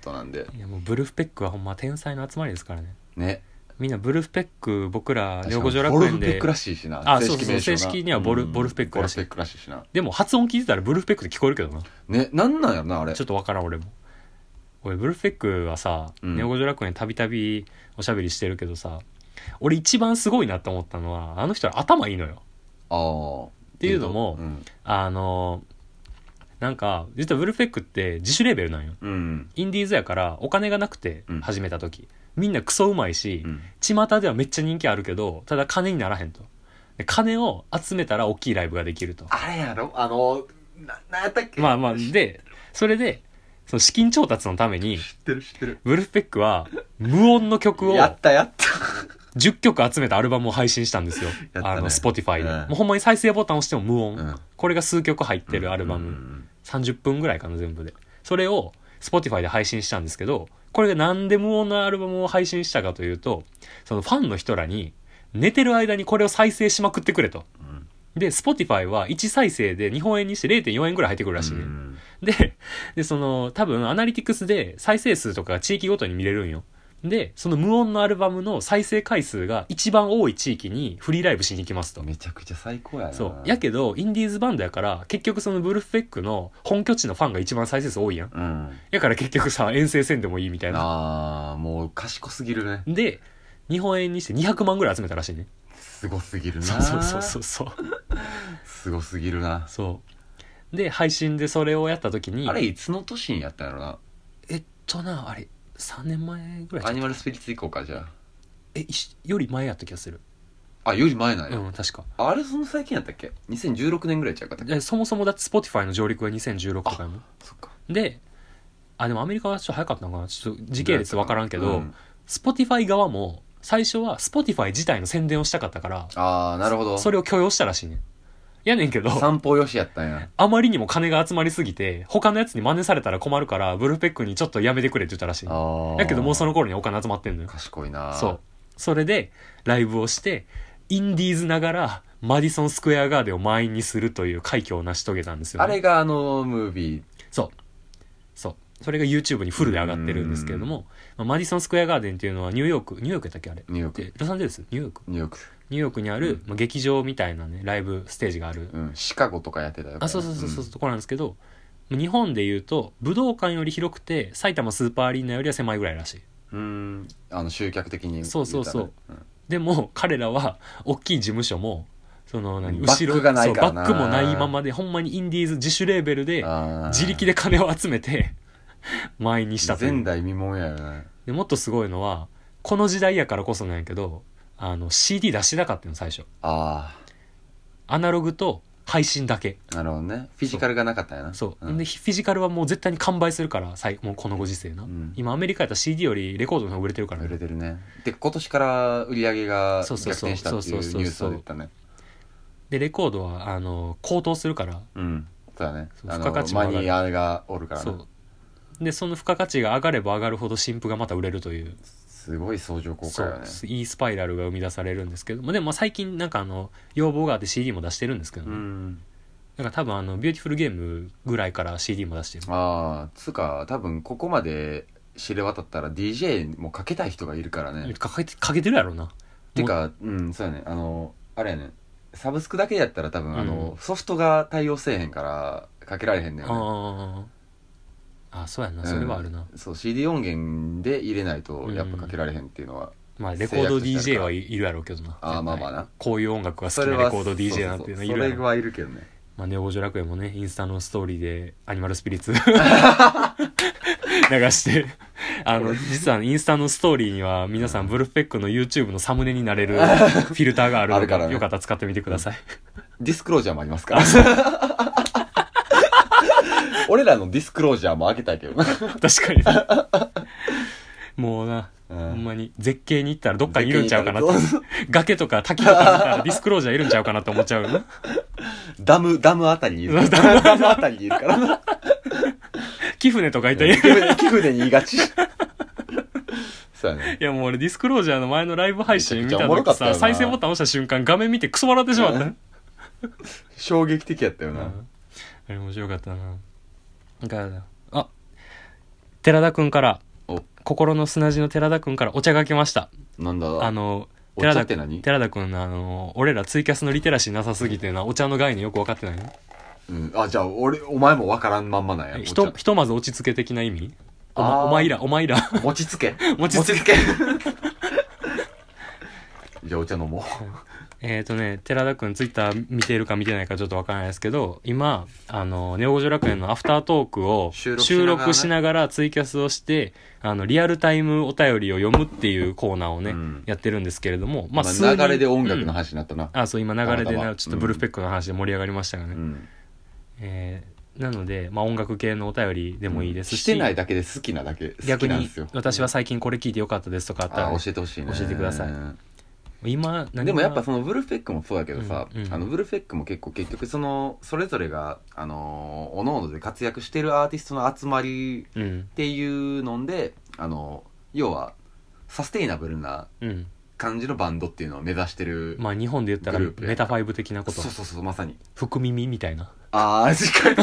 B: 人なんで
A: ーいやもうブルフペックはほんま天才の集まりですからね。
B: ね
A: みんなブルフペック、僕ら、両
B: 確
A: 五条
B: かに
A: 楽
B: ボルフ
A: 園
B: ペッ
A: で
B: ク、らしいしな
A: あ
B: 正
A: そ
B: 式
A: うそう
B: 名称が
A: 正式にはボルボルフペックらしい
B: ボルフペックらしいしな
A: でも発音聞いてたらブルフペックって聞こえるけどな。
B: ねなんなんやろなあれ
A: ちょっとわからん俺も俺ブルフペックはさ、
B: うん
A: ネオ五条楽園たびたびおしゃべりしてるけどさ俺一番すごいなと思ったのはあの人は頭いいのよ
B: あー
A: ていうのも
B: うん
A: あのなんか実はブルフペックって自主レーベルなんよ
B: うん
A: インディーズやからお金がなくて
B: うん
A: 始めた時、みんなクソうまいし、
B: うん
A: 巷ではめっちゃ人気あるけどただ金にならへんとで金を集めたら大きいライブができると
B: あれやろあのななんやったっけ
A: まあまあでそれでその資金調達のために
B: 知ってる知ってる
A: ブルフペックは無音の曲を
B: やったやった
A: 10曲集めたアルバムを配信したんですよ、
B: たね
A: あの Spotify で、
B: うん
A: もうほんまに再生ボタンを押しても無音、
B: うん
A: これが数曲入ってるアルバム、
B: うん
A: 30分ぐらいかな全部でそれを Spotify で配信したんですけどこれがなんで無音のアルバムを配信したかというとそのファンの人らに寝てる間にこれを再生しまくってくれと
B: うん
A: で Spotify は1再生で日本円にして0.4円ぐらい入ってくるらしいね、
B: うん
A: で、で、その、多分、アナリティクスで再生数とかが地域ごとに見れるんよ。で、その無音のアルバムの再生回数が一番多い地域にフリーライブしに行きますと。
B: めちゃくちゃ最高やな
A: そう。やけど、インディーズバンドやから、結局そのブルーフェックの本拠地のファンが一番再生数多いやん。
B: うん
A: やから結局さ、遠征戦でもいいみたいな。
B: ああもう賢すぎるね
A: で、日本円にして200万ぐらい集めたらしいね。
B: すごすぎるな
A: そうそうそうそうそう。
B: すごすぎるな
A: そう。で、配信でそれをやった時に、
B: あれいつの年にやったんやろな
A: えっとな、あれ、3年前ぐらいちゃ
B: ア
A: う
B: ニマルスピリッツ以降かじゃ
A: え、いしより前やった気がする。
B: ああより前なんや
A: うん、確か。
B: あれその最近やったっけ2016年ぐらいちゃうかったっけ
A: えそもそもだって Spotify の上陸が2016とかやもん
B: そっか
A: であでもアメリカはちょっと早かったのかなちょっと時系列分からんけど、
B: うん
A: Spotify 側も最初は Spotify 自体の宣伝をしたかったから
B: ああなるほど
A: それを許容したらしいねんやねんけど
B: 散歩よしやったんや
A: あまりにも金が集まりすぎて他のやつに真似されたら困るからブルーペックにちょっとやめてくれって言ったらしいねん
B: ああ
A: やけどもうその頃にお金集まってんのよ
B: 賢いな
A: そうそれでライブをしてインディーズながらマディソンスクエアガーデンを満員にするという快挙を成し遂げたんですよね、
B: あれがあのムービー
A: そう。そう。それが YouTube にフルで上がってるんですけれども、まあマディソンスクエアガーデンっていうのはニューヨーク、ニューヨークやったっけあれ。
B: ニューヨー
A: で
B: ク
A: ロサンゼルスニューヨーク
B: ニューヨーク
A: ニューヨークにある、まあ、劇場みたいなね、ライブステージがある。
B: うんシカゴとかやってたよ
A: あ、そうそうそうそう、
B: ん
A: ところなんですけど、日本でいうと、武道館より広くて、埼玉スーパーアリーナよりは狭いぐらいらしい。
B: うんあの集客的に言たら
A: そうそうそう
B: うん
A: でも、彼らは、大きい事務所も、その何、
B: バックがないから
A: そうバッ
B: な
A: クもないままで、ほんまにインディーズ自主レーベルで、
B: あー
A: 自力で金を集めて、 満員にしたという
B: 前代未聞やよね
A: でもっとすごいのはこの時代やからこそなんやけどあの CD 出してなかったの最初
B: あ
A: アナログと配信だけ
B: あなるほどねフィジカルがなかったんやな
A: そう、
B: ん
A: でフィジカルはもう絶対に完売するからさいもうこのご時世な、
B: うん
A: 今アメリカやったら CD よりレコードの方が売れてるから
B: 売れ
A: ね
B: てるねで今年から売り上げが
A: そう
B: 逆
A: そうそう
B: 転したっていうニュースを言ったね
A: でレコードはあの高騰するから
B: うんそうだね
A: そう
B: あ
A: 付加価
B: の
A: 値も
B: マ
A: 上がる
B: ニアがおるから
A: そ
B: ね
A: うでその付加価値が上がれば上がるほど新譜がまた売れるという
B: すごい相乗効果よね
A: そういいスパイラルが生み出されるんですけどもでもまあ最近なんかあの要望があって CD も出してるんですけど、
B: う
A: ね
B: ん
A: なんか多分あのビューティフルゲームぐらいから CD も出してる
B: ああつうか多分ここまで知れ渡ったら DJ もかけたい人がいるからね
A: かけてかけてるやろな
B: てかうんそうやねあのあれやねサブスクだけやったら多分あの、
A: うん
B: ソフトが対応せえへんからかけられへんねんよね
A: あああそうやんなそれはあるな、
B: うんそう CD 音源で入れないとやっぱかけられへんっていうのは、
A: まあレコード DJ はいいるやろうけどな
B: あーまあまあな
A: こういう音楽が好き
B: そ
A: な
B: れ
A: レ
B: は
A: コード DJ なんていうのはい
B: そうそうそう
A: る
B: そ
A: や
B: れ
A: ろ
B: はいるけどね
A: まあ、ネオ五条楽園もねインスタのストーリーでアニマルスピリッ ツ流してあの実はインスタのストーリーには皆さんブルフペックの YouTube のサムネになれるフィルターがある
B: あ
A: の
B: るから
A: で
B: ね
A: よかったら使ってみてください
B: ディスクロージャーもありま すから俺らのディスクロージャーも開けたいけどな
A: 確かにね もうな、
B: うん
A: ほんまに絶景に行ったらどっかにいるんちゃうかな って崖とか滝とかにいたらディスクロージャーいるんちゃうかなって思っちゃうよな
B: ダムダムあたりにいるダムあたりにいるからな
A: 貴船とかいたらい
B: 貴 船貴船に言いがちそうやね
A: やもう俺ディスクロージャーの前のライブ配信見た
B: めちゃくちゃおもろ
A: 時
B: かったよ
A: さ
B: な
A: 再生ボタン押した瞬間画面見てクソ笑ってしまった、
B: うん衝撃的やったよな、
A: あれ面白かったななんかあ寺田くんから
B: お
A: 心の砂地の寺田くんからお茶が来ました
B: なんだ
A: あの
B: お茶
A: 寺
B: っ
A: 田
B: て
A: くん
B: 何
A: 寺田くんのあの俺らツイキャスのリテラシーなさすぎてなお茶の概念よく分かってないの
B: うん、あじゃあ俺お前もわからんまんまなんや
A: ひと
B: お茶
A: ひとまず落ち着け的な意味お,、
B: あ
A: ま、
B: ー
A: お前らお前 ら
B: 餅つけ
A: 餅つけ
B: け じゃあお茶飲も
A: えっとね寺田くんツイッター見てるか見てないかちょっとわからないですけど今あのネオ五条楽園のアフタートークを
B: 収録しな
A: 収録しな
B: がらね
A: がらツイキャスをしてあのリアルタイムお便りを読むっていうコーナーをね、
B: うん
A: やってるんですけれども
B: う、ま
A: 数
B: あ、
A: 人
B: 流れで音楽の
A: うん
B: 話になったな、
A: あそう今流れで
B: たまたま
A: なちょっとブルーペックの話で盛り上がりましたがね、
B: うん
A: えーなので、まあ、音楽系のお便りでもいいですし,、
B: してないだけで好きなだけ好
A: 逆
B: きなんで
A: に
B: すよ
A: 私は最近これ聞いてよかったですとかあったら
B: あ
A: ね、
B: 教えてほしいね
A: 教えてください今何が
B: でもやっぱそのブルーフェックもそうだけどさ、
A: うんうん
B: あのブルーフェックも結構結局そのそれぞれがあのおのおので活躍してるアーティストの集まり
A: うん
B: っていうのであの要はサステイナブルな
A: うん
B: 感じのバンドっていうのを目指してる、
A: まあ日本で言ったら
B: グループや
A: メタファイブ的なこと
B: そうそうそうまさに
A: 福耳みたいな
B: ああしっかり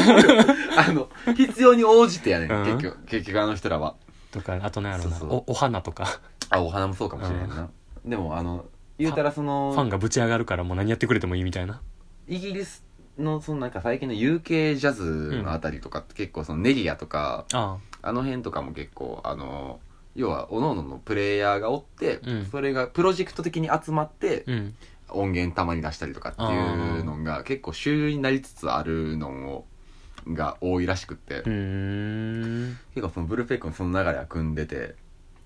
B: あの必要に応じてやね、
A: うん
B: ん、結局結局あの人らは
A: とかあとなんやろな
B: そうそう
A: おお花とか
B: あお花もそうかもしれないな、でもあの言うたらそ
A: フ
B: の
A: ァンがぶち上がるからもう何やってくれてもいいみたいな
B: イギリスのそのなんか最近の UK ジャズのあたりとかって結構そのネリアとか、
A: あ
B: あの辺とかも結構あの要は各々のプレイヤーがおって、
A: うん
B: それがプロジェクト的に集まって
A: あうん
B: 音源たまに出したりとかっていうのが結構主流になりつつあるのをが多いらしくって、
A: うーん
B: 結構そのブルーペックのその流れは組んでて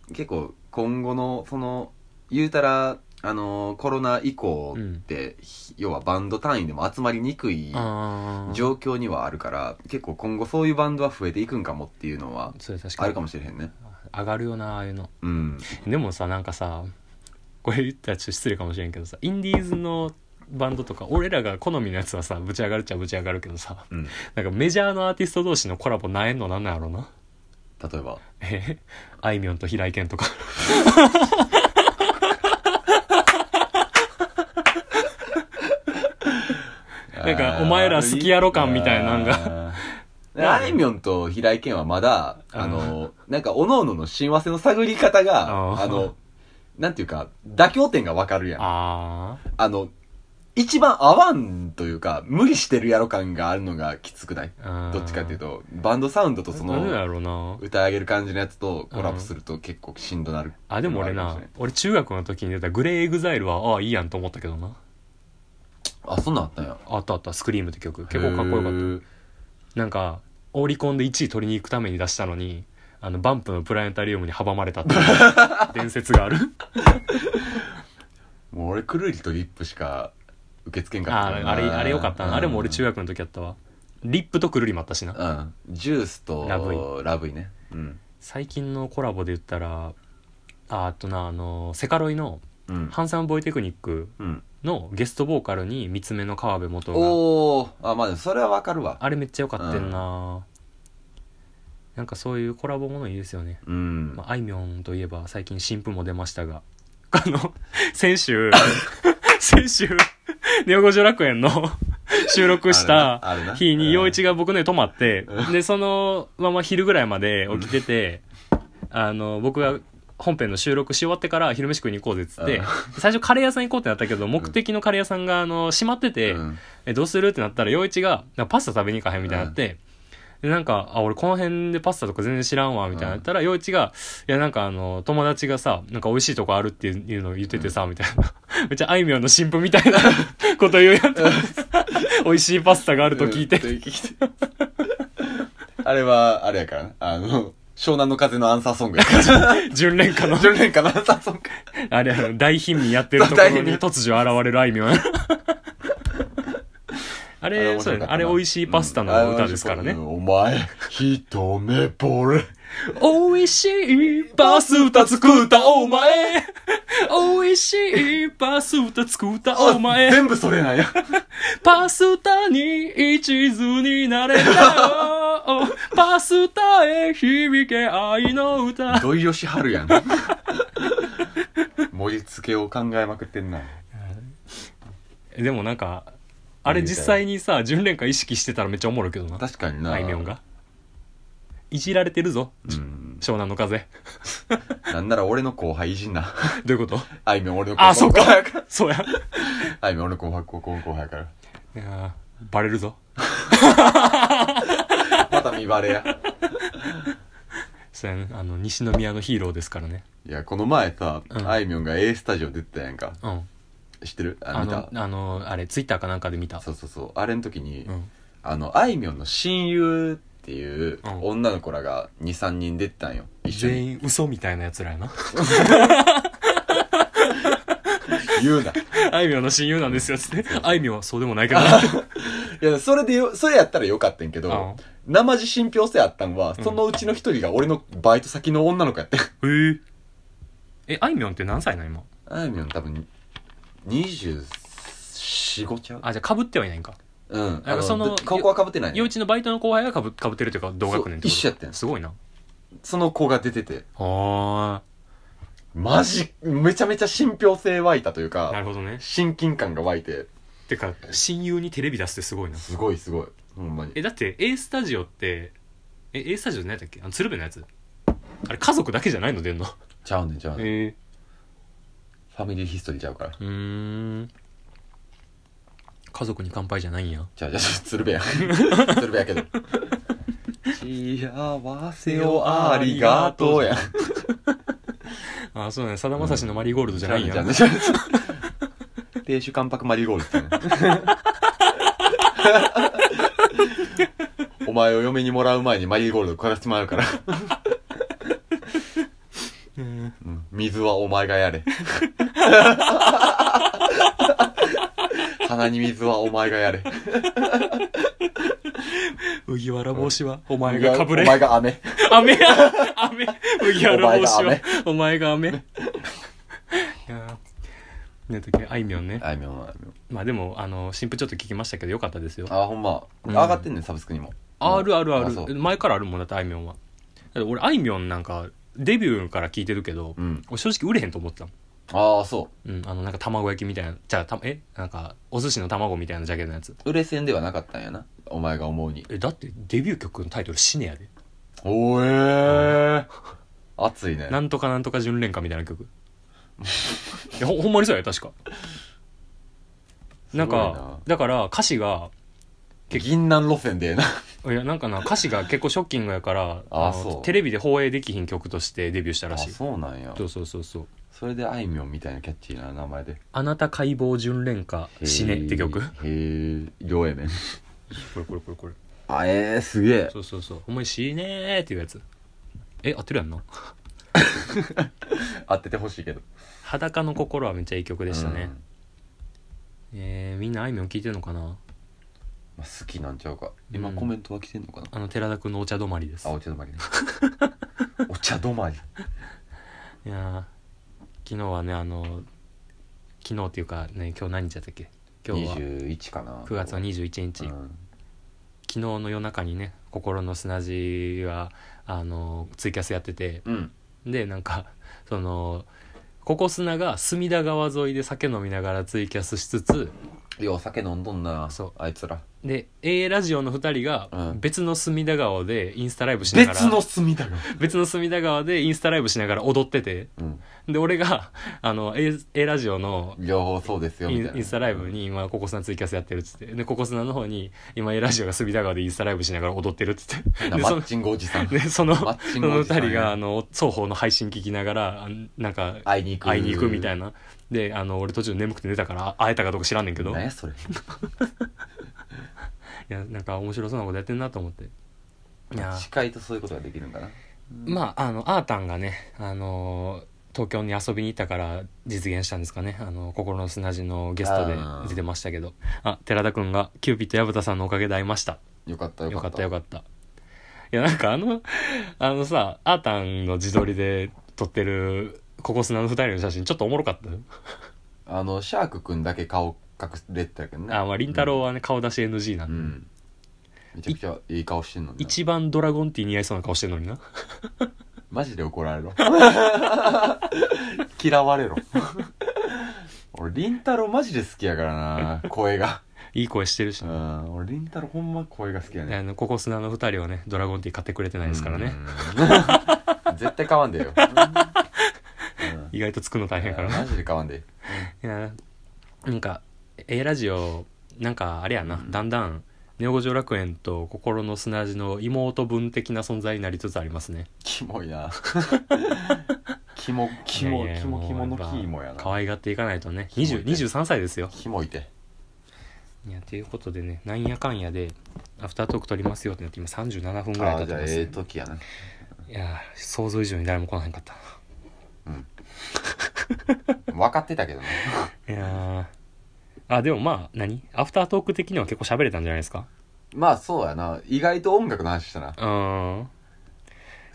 B: 結構今後のその言うたらあのコロナ以降って、要はバンド単位でも集まりにくい
A: ああ
B: 状況にはあるから結構今後そういうバンドは増えていくんかもっていうのは
A: それ確
B: あ
A: か
B: る
A: に
B: かもしれへんね
A: 上がるよなああいうの
B: うん
A: でもさなんかさこれ言ったらちょっと失礼かもしれんけどさインディーズのバンドとか俺らが好みのやつはさぶち上がるっちゃぶち上がるけどさ
B: うん
A: なんかメジャーのアーティスト同士のコラボなえんのなんなんやろな
B: 例えば
A: えあいみょんと平井堅とかなんかお前ら好きやろ感みたいなん
B: があいみょんと平井堅はまだあのなんかおののの親和性の探り方
A: あー
B: があのなんていうか妥協点がわかるやん
A: ああ
B: あの、一番合わんというか、無理してるやろ感があるのがきつくないどっちかっていうと、バンドサウンドとそ
A: なんでや
B: の、
A: ろうな
B: 歌い上げる感じのやつとコラボすると結構しんどなる。
A: あでも俺な俺中学の時に出たグレーエグザイルはああいいやんと思ったけどな
B: あ、そんなんあったんや。
A: あったあったスクリームって曲結構かっこよかった
B: た。
A: なんかオリコンで1位取りに行くために出したのにあのバンプのプラネタリウムに阻まれたっていう 伝説がある
B: もう俺、くるりとリップしか受け付けんかった
A: あ
B: からな
A: あれあれよかったなあれも俺中学の時やったわリップとくるりもあったしな
B: うん。ジュースと
A: ラブイ
B: ラブイね。うん。
A: 最近のコラボで言ったらああとなあのセカロイの
B: う
A: 「
B: ん
A: ハンサムボーイテクニック
B: うん。」
A: のゲストボーカルに三つ目の川辺元が
B: おー、あ、まあでもそれはわかるわ。
A: あれめっちゃ良かったよな、なんかそういうコラボものいいですよね
B: うん
A: ま。ああいみょんといえば最近新婦も出ましたがあの先週 先週ネオ五条楽園の 収録した
B: あるなあるな
A: 日
B: う
A: に
B: ん
A: 陽一が僕の家泊まってでそのまま昼ぐらいまで起きててあの僕が本編の収録し終わってから昼飯食いに行こうぜっつって
B: うん
A: 最初カレー屋さん行こうってなったけど目的のカレー屋さんがあの閉まってて
B: うん
A: えどうするってなったら陽一がなんかパスタ食べに行かへんみたいになって、でなんかあ俺この辺でパスタとか全然知らんわみたいなやったら陽一が「いやなんかあの友達がさなんか美味しいとこあるっていういうのを言っててさ」みたいな めっちゃあいみょんの新婦みた いなこと言うやつ美味しいパスタがあ
B: あ
A: ると聞いて、
B: あれはあれやからなあの湘南の風のアンサーソング やから
A: 純恋 歌の
B: 10年間のアンサーソング
A: あれあの大貧民やってるところに突如現れるあいみ ょんあ
B: あれ
A: れ
B: 面
A: そう
B: 白
A: やね
B: かったな
A: あれ美味しいパスタの歌ですからね、
B: うんお前一目惚れ
A: 美味しいパスタ作ったお前美味しいパスタ作ったお前
B: 全部それな んや
A: パスタに一途になれたよパスタへ響け愛の歌
B: 土井善晴やん盛り付けを考えまくってんな
A: でもなんかあれ実際にさ純恋歌意識してたらめっちゃおもろいけどな
B: 確かにな
A: あいみょんがいじられてるぞ、
B: うん
A: 湘南の 風
B: なんなら俺の後輩いじんな
A: どういうこと
B: あいみょん俺の後輩
A: あそうかそうや
B: あいみょん俺の後輩高校の後輩やから
A: いやーバレるぞ
B: また見バレや
A: そうやねあの西宮のヒーローですからね
B: いやこの前さ、
A: うん
B: あいみょんが A スタジオ出てたやんか
A: うん
B: 知ってるあ
A: あ
B: 見た
A: のあのあれツイッターかなんかで見た
B: そうそうそうあれの時に、
A: うん
B: あのあいみょんの親友っていう
A: うん
B: 女の子らが23人出てたんよ一緒
A: 全
B: に
A: 員嘘みたいなやつらやな
B: 言うな
A: あいみょんの親友なんですよつってあいみょんはそうでもないけど
B: いやそれでよそれやったらよかったんけど、
A: うん
B: 生地信憑性あったんは、
A: うん
B: そのうちの一人が俺のバイト先の女の子やってん
A: へーえあいみょんって何歳なん今
B: あいみょん多分2425ちゃう
A: あじゃあ被ってはいないんか
B: うん
A: やっぱその
B: で高校はかぶってないね
A: 幼稚のバイトの後輩がかぶかぶってるというか同学年ってこと
B: そう一緒やったん
A: すごいな
B: その子が出てて
A: は
B: マジめちゃめちゃ信憑性湧いたという
A: あなる
B: か
A: ほどね
B: 親近感が湧いて
A: てか親友にテレビ出すってすごいな
B: すごいすごいほんまに
A: えだって A スタジオってえ A スタジオって何やったっけあの鶴瓶のやつあれ家族だけじゃないの出んの
B: ちゃうねんちゃうねん
A: え
B: ファミリーヒストリーちゃうから
A: うーん家族に乾杯じゃないんや
B: じゃあじゃあ 鶴瓶や鶴瓶やけど幸せをありがとうや
A: ああそうだねさだまさしのマリーゴールドじゃないんや、
B: じゃあねじゃあね亭主関白マリーゴールドって ねお前を嫁にもらう前にマリーゴールド食らしてもらうから、
A: うん
B: うん水はお前がやれ鼻に水はお前がやれ
A: 麦わら帽子はお前がかぶれ
B: お前が雨
A: 雨や雨麦わら帽子はお前が雨いやーねときあいみょんね
B: あいみょんあいみょん
A: まあでもあの新婦ちょっと聞きましたけどよかったですよ
B: あほんま、
A: うん
B: 上がってんねんサブスクにも
A: あるあるあ
B: そ
A: る
B: う
A: 前からあるもんだってあいみょんはだって俺あいみょんなんかデビューから聞いてるけど、
B: うん
A: 俺正直売れへんと思ってたもん
B: ああそ
A: うん、あのなんか卵焼きみたいなじゃあたえなんかお寿司の卵みたいなジャケットのやつ
B: う売れ線ではなかったんやなお前が思うに
A: えだってデビュー曲のタイトル「シネ」やで
B: おえー、熱いね
A: なんとかなんとか純恋歌みたいな 曲いやほほんまにそうや確かなん
B: すごいな
A: かだから歌詞が
B: 銀杏路線でええない
A: やなんかな歌詞が結構ショッキングやから
B: あ
A: の
B: そう
A: テレビで放映できひん曲としてデビューしたら
B: あ
A: しい
B: そうなんや
A: そうそうそうそう
B: それであいみょんみたいなキャッチーな名前で
A: 「あなた解剖純恋歌死ね」って曲
B: へえ両 A 面
A: これこれこれこれ
B: あえー、すげえ
A: そうそうそうほんまに「死ね」っていうやつえ合ってるやん な
B: 当ててほしいけど
A: 「裸の心」はめっちゃいい曲でしたね、
B: うん
A: えーみんなあいみょん聞いてるのかな
B: まあ、好きなんちゃうか今
A: うん
B: コメントは来てんのかな、
A: あの寺田君のお茶止まりです
B: あお茶 止まりねお茶止まり
A: いやー昨日はねあの昨日っていうかね今日何日だったっけ今日は
B: 21かな
A: 9月の21日、
B: う
A: 昨
B: ん
A: 日の夜中にね「心の砂地は」あのツイキャスやってて
B: うん
A: でなんかそのここ砂が隅田川沿いで酒飲みながらツイキャスしつつ
B: よう酒飲んどんな
A: そう
B: あいつら
A: で A ラジオの2人が
B: うん
A: 別の隅田川でインスタライブしながら、
B: 別の隅田が、
A: 別の隅田川でインスタライブしながら踊ってて
B: うん、
A: で俺が あの A, A ラジオの
B: 両方そうですよ
A: イ
B: み
A: ン
B: たいな
A: インスタライブに今ココスナツイキャスやってるっつってでココスナの方に今 A ラジオが隅田川でインスタライブしながら踊ってるっつって
B: な
A: で
B: マ
A: そ
B: ッ
A: の
B: チングおじさん
A: でその
B: マッチングおじ
A: そ
B: さん
A: の
B: や
A: 2人があの双方の配信聞きながらあなんか
B: 会いに行く
A: 会いに行くみた
B: い
A: いなであの俺途中で眠くて寝たから会えたかどうか知らんねんけど
B: 何やそれ
A: いやなんか面白そうなことやってんなと思っていや
B: 司会とそういうことができるんかな
A: まああのアータンがねあのー東京に遊びに行ったから実現したんですかねあの心の砂地のゲストで
B: あー
A: 出てましたけどあ寺田君がキューピット矢蓋さんのおかげで会いました
B: よかったよ
A: よ
B: か
A: か
B: っ
A: ったたよかったいやなんかあのあのさアータンの自撮りで撮ってるここ砂の二人の写真ちょっとおもろかったよ
B: あのシャークくんだけ顔隠れてたけどね
A: あまあ凛太郎はね、顔出し NG なん
B: う
A: で、
B: んめちゃくちゃいい顔してんのにな
A: 一番ドラゴンティー似合いそうな顔してるのにな
B: マジで怒られろ 嫌われろ俺凛太郎マジで好きやからな声が
A: いい声してるし
B: う
A: ね、
B: ん俺凛太郎ほんま声が好きやね
A: あのここ砂の二人はねドラゴンティー買ってくれてないですからね、
B: うん絶対買わんでよ、うん
A: 意外と作るの大変やからな
B: マジで買わんで
A: いやなんか A ラジオなんかあれやな、
B: うん
A: だんだんネオ五条楽園と心の砂地の妹分的な存在になりつつありますね
B: キモいなキモキモ
A: いやいや
B: キモキモの
A: もう
B: キモや
A: 可
B: な
A: 愛がっていかないとね
B: キモい
A: 20
B: ね
A: 23歳ですよ
B: キモいて
A: いやということでねなんやかんやでアフタートーク撮りますよってなって今37分ぐらい
B: あ
A: 経
B: あ
A: っ
B: じ
A: て
B: ゃあ
A: ます、
B: ええ時やない
A: や想像以上に誰も来なへんかった
B: 分かってたけどね
A: いやーあでもまあ何アフタートーク的には結構喋れたんじゃないですか
B: まあそうやな意外と音楽の話したな
A: うーん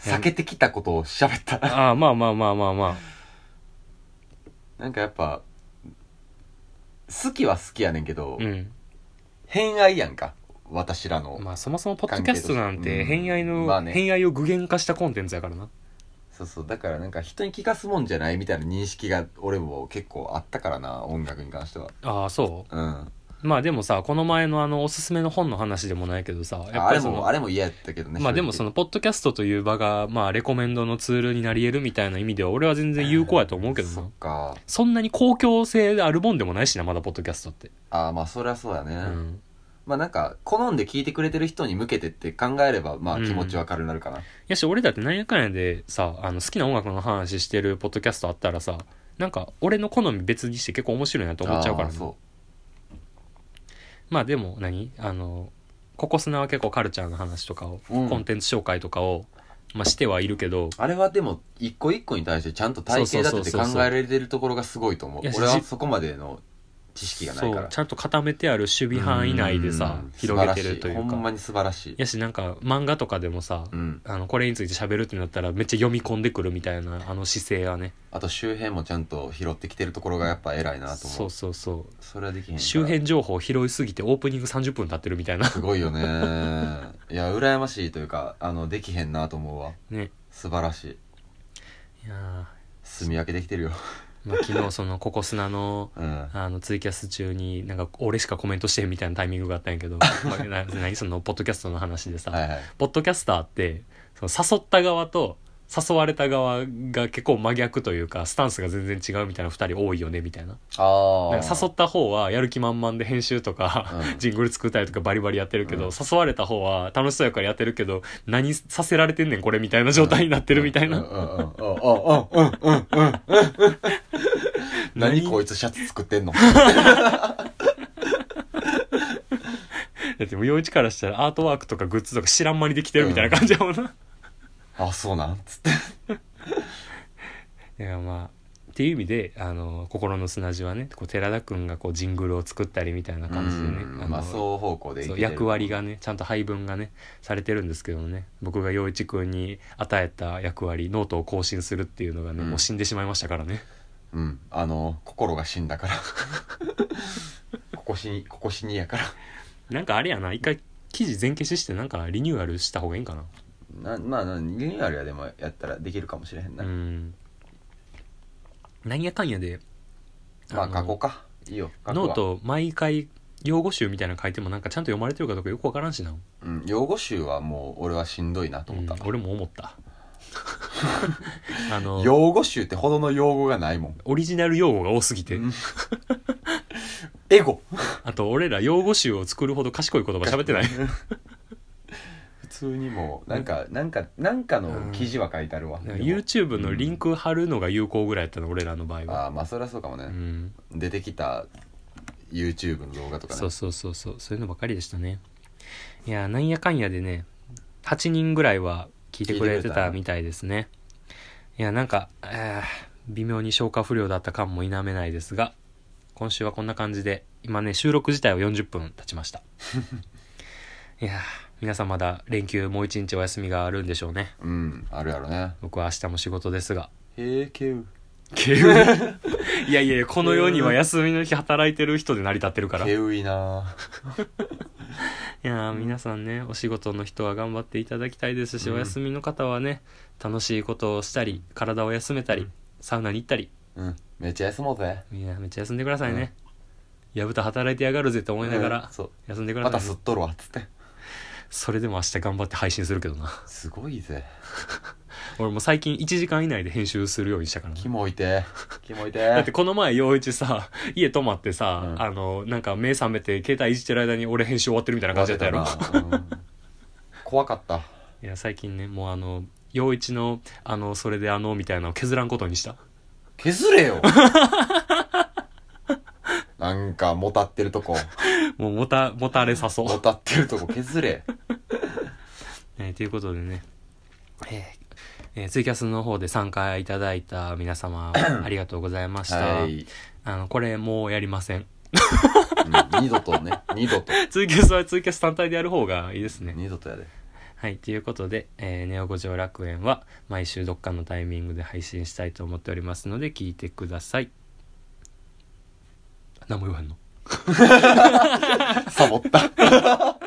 B: 避けてきたことを喋った
A: ああまあまあまあまあまあ
B: なんかやっぱ好きは好きやねんけど、
A: うん
B: 偏愛やんか私らの、
A: まあそもそもポッドキャストなん
B: 関係とし
A: て
B: てうん
A: 偏愛の、
B: まあね
A: 偏愛を具現化したコンテンツやからな
B: そうそうだからなんか人に聞かすもんじゃないみたいな認識が俺も結構あったからな音楽に関しては
A: ああそ
B: うん
A: うまあでもさこの前のあのおすすめの本の話でもないけどさやっ
B: あ
A: ぱ
B: れ
A: りそ
B: も
A: の
B: あれも嫌やったけどね
A: まあでもそ
B: の
A: のポッドキャストという場がまあレコメンドのツールになり得るみたいな意味では俺は全然有効やと思うけど
B: そ
A: な
B: っか
A: そんなに公共性であるもんでもないしなまだポッドキャストって
B: ああまあそりゃそうやね、
A: うん
B: まあなんか好んで聞いてくれてる人に向けてって考えればまあ気持ちわかるなるかな、
A: やし俺だってなんやかんやでさあの好きな音楽の話してるポッドキャストあったらさなんか俺の好み別にして結構面白いなと思っちゃうから
B: あー
A: な
B: そ
A: まあでも何あのココスナは結構カルチャーの話とかを、
B: うん
A: コンテンツ紹介とかを、まあ、してはいるけど
B: うあれはでも一個一個に対してちゃんと体系立てて
A: そうそうそう
B: 考
A: そう
B: えられてるところがすごいと思う
A: いや
B: 俺は
A: し
B: そこまでの知識がな
A: そ
B: いから
A: うちゃんと固めてある守備範囲内でさ
B: うん
A: 広げてるとい
B: 素晴らし
A: う
B: ほんま
A: か
B: に素晴らしい
A: やしなんか漫画とかでもさ、
B: うん
A: あのこれについて喋るってなったらめっちゃ読み込んでくるみたいなあの姿勢はね
B: あと周辺もちゃんと拾ってきてるところがやっぱ偉いなと
A: そ
B: 思う
A: うそうそ
B: それはできへんか
A: う
B: ら
A: 周辺情報拾いすぎてオープニング30分経ってるみたいな
B: すごいよ ねいや羨ましいというかあのできへんなと思うわ
A: ね
B: 素晴らしい
A: いやー、
B: 住み分けできてるよ
A: まあ、昨日そのココスナの
B: うん
A: あのツイキャス中になんか俺しかコメントしてへんみたいなタイミングがあったんや けどまあな何そのポッドキャストの話でさ、
B: はいはい
A: ポッドキャスターってその誘った側と誘われた側が結構真逆というかスタンスが全然違うみたいな2人多いよねみたいな
B: ああ
A: なんか誘った方はやる気満々で編集とか、
B: うん
A: ジングル作ったりとかバリバリやってるけど、
B: うん
A: 誘われた方は楽しそうやからやってるけど何させられてんねんこれみたいな状態になってるみたいな、
B: うんうんうんうんうんうんうんうんうん何こいつシャツ作ってん の
A: だってもう陽一からしたらアートワークとかグッズとか知らん間にできてるみたいな感じやもんな、
B: あそうなんつって
A: いやまあっていう意味であの心の砂地はねこう寺田君がこうジングルを作ったりみたいな感じでね
B: うん
A: あの
B: まあ双方向でいけ
A: そう
B: てる
A: 役割がねちゃんと配分がねされてるんですけどね僕が陽一君に与えた役割ノートを更新するっていうのがね、
B: うん
A: もう死んでしまいましたからね
B: うんあの心が死ん だから ここ死にここ死にやから
A: なんかあれやな一回記事全消ししてなんかリニューアルした方がいいんかな
B: なまあなリニューアルやでもやったらできるかもしれへんな、
A: うんなんやかんやで
B: まあ
A: の
B: 過去かいいよ過去は
A: ノート毎回用語集みたいなの書いてもなんかちゃんと読まれてるかどうかよくわからんしな、
B: うん、用語集はもう俺はしんどいなと思った
A: うん俺も思った あの
B: 用語集ってほどの用語がないもん
A: オリジナル用語が多すぎて、
B: うん エゴ
A: あと俺ら用語集を作るほど賢い言葉喋ってない
B: 普通にもうなんかなんかなんかの記事は 書いてあるわ、
A: なんか
B: でも
A: YouTube のリンク貼るのが有効ぐらいやったの俺らの場合は、
B: ああまあそりゃそうかもね、
A: うん、
B: 出てきた YouTube の動画とかね
A: そうそうそうそうそういうのばかりでしたねいやなんやかんやでね8人ぐらいは聞いてくれてたみたいですねいやなんか、えー微妙に消化不良だった感も否めないですが今週はこんな感じで今ね収録自体は40分経ちました いやー皆さんまだ連休もう一日お休みがあるんでしょうね
B: うんあるやろね
A: 僕は明日も仕事ですが
B: 平休
A: 急に いやいやいやこの世には休みの日働いてる人で成り立ってるから
B: けういない
A: やー皆さんねお仕事の人は頑張っていただきたいですし、
B: うん
A: お休みの方はね楽しいことをしたり体を休めたり、サウナに行ったり
B: うんめっちゃ休もうぜ
A: いやめっちゃ休んでくださいね、やぶた働いてやがるぜって思いなが
B: うん
A: ら
B: そう
A: 休んでくださ
B: ま
A: い、
B: た吸っとるわっつって
A: それでも明日頑張って配信するけどな
B: すごいぜ
A: 俺もう最近1時間以内で編集するようにしたからな
B: キモいてキモいて
A: だってこの前陽一さ 家泊まってさ、
B: うん
A: あのなんか目覚めて携帯いじってる間に俺編集終わってるみたいな感じだったやろ
B: な、うん怖かった
A: いや最近ねもうあの陽一のあのそれであのみたいなのを削らんことにした
B: 削れよなんかもたってるとこ
A: もうもたもたれさそう
B: もたってるとこ削れ
A: えーということでね、えーえーツイキャスの方で参加いただいた皆 様ありがとうございました、
B: はい、
A: あのこれもうやりません
B: うん二度とね二度と
A: ツイキャスはツイキャス単体でやる方がいいですね
B: 二度とやで
A: はいということで、えーネオ五条楽園は毎週どっかのタイミングで配信したいと思っておりますので聞いてください何も言わへんの
B: サボった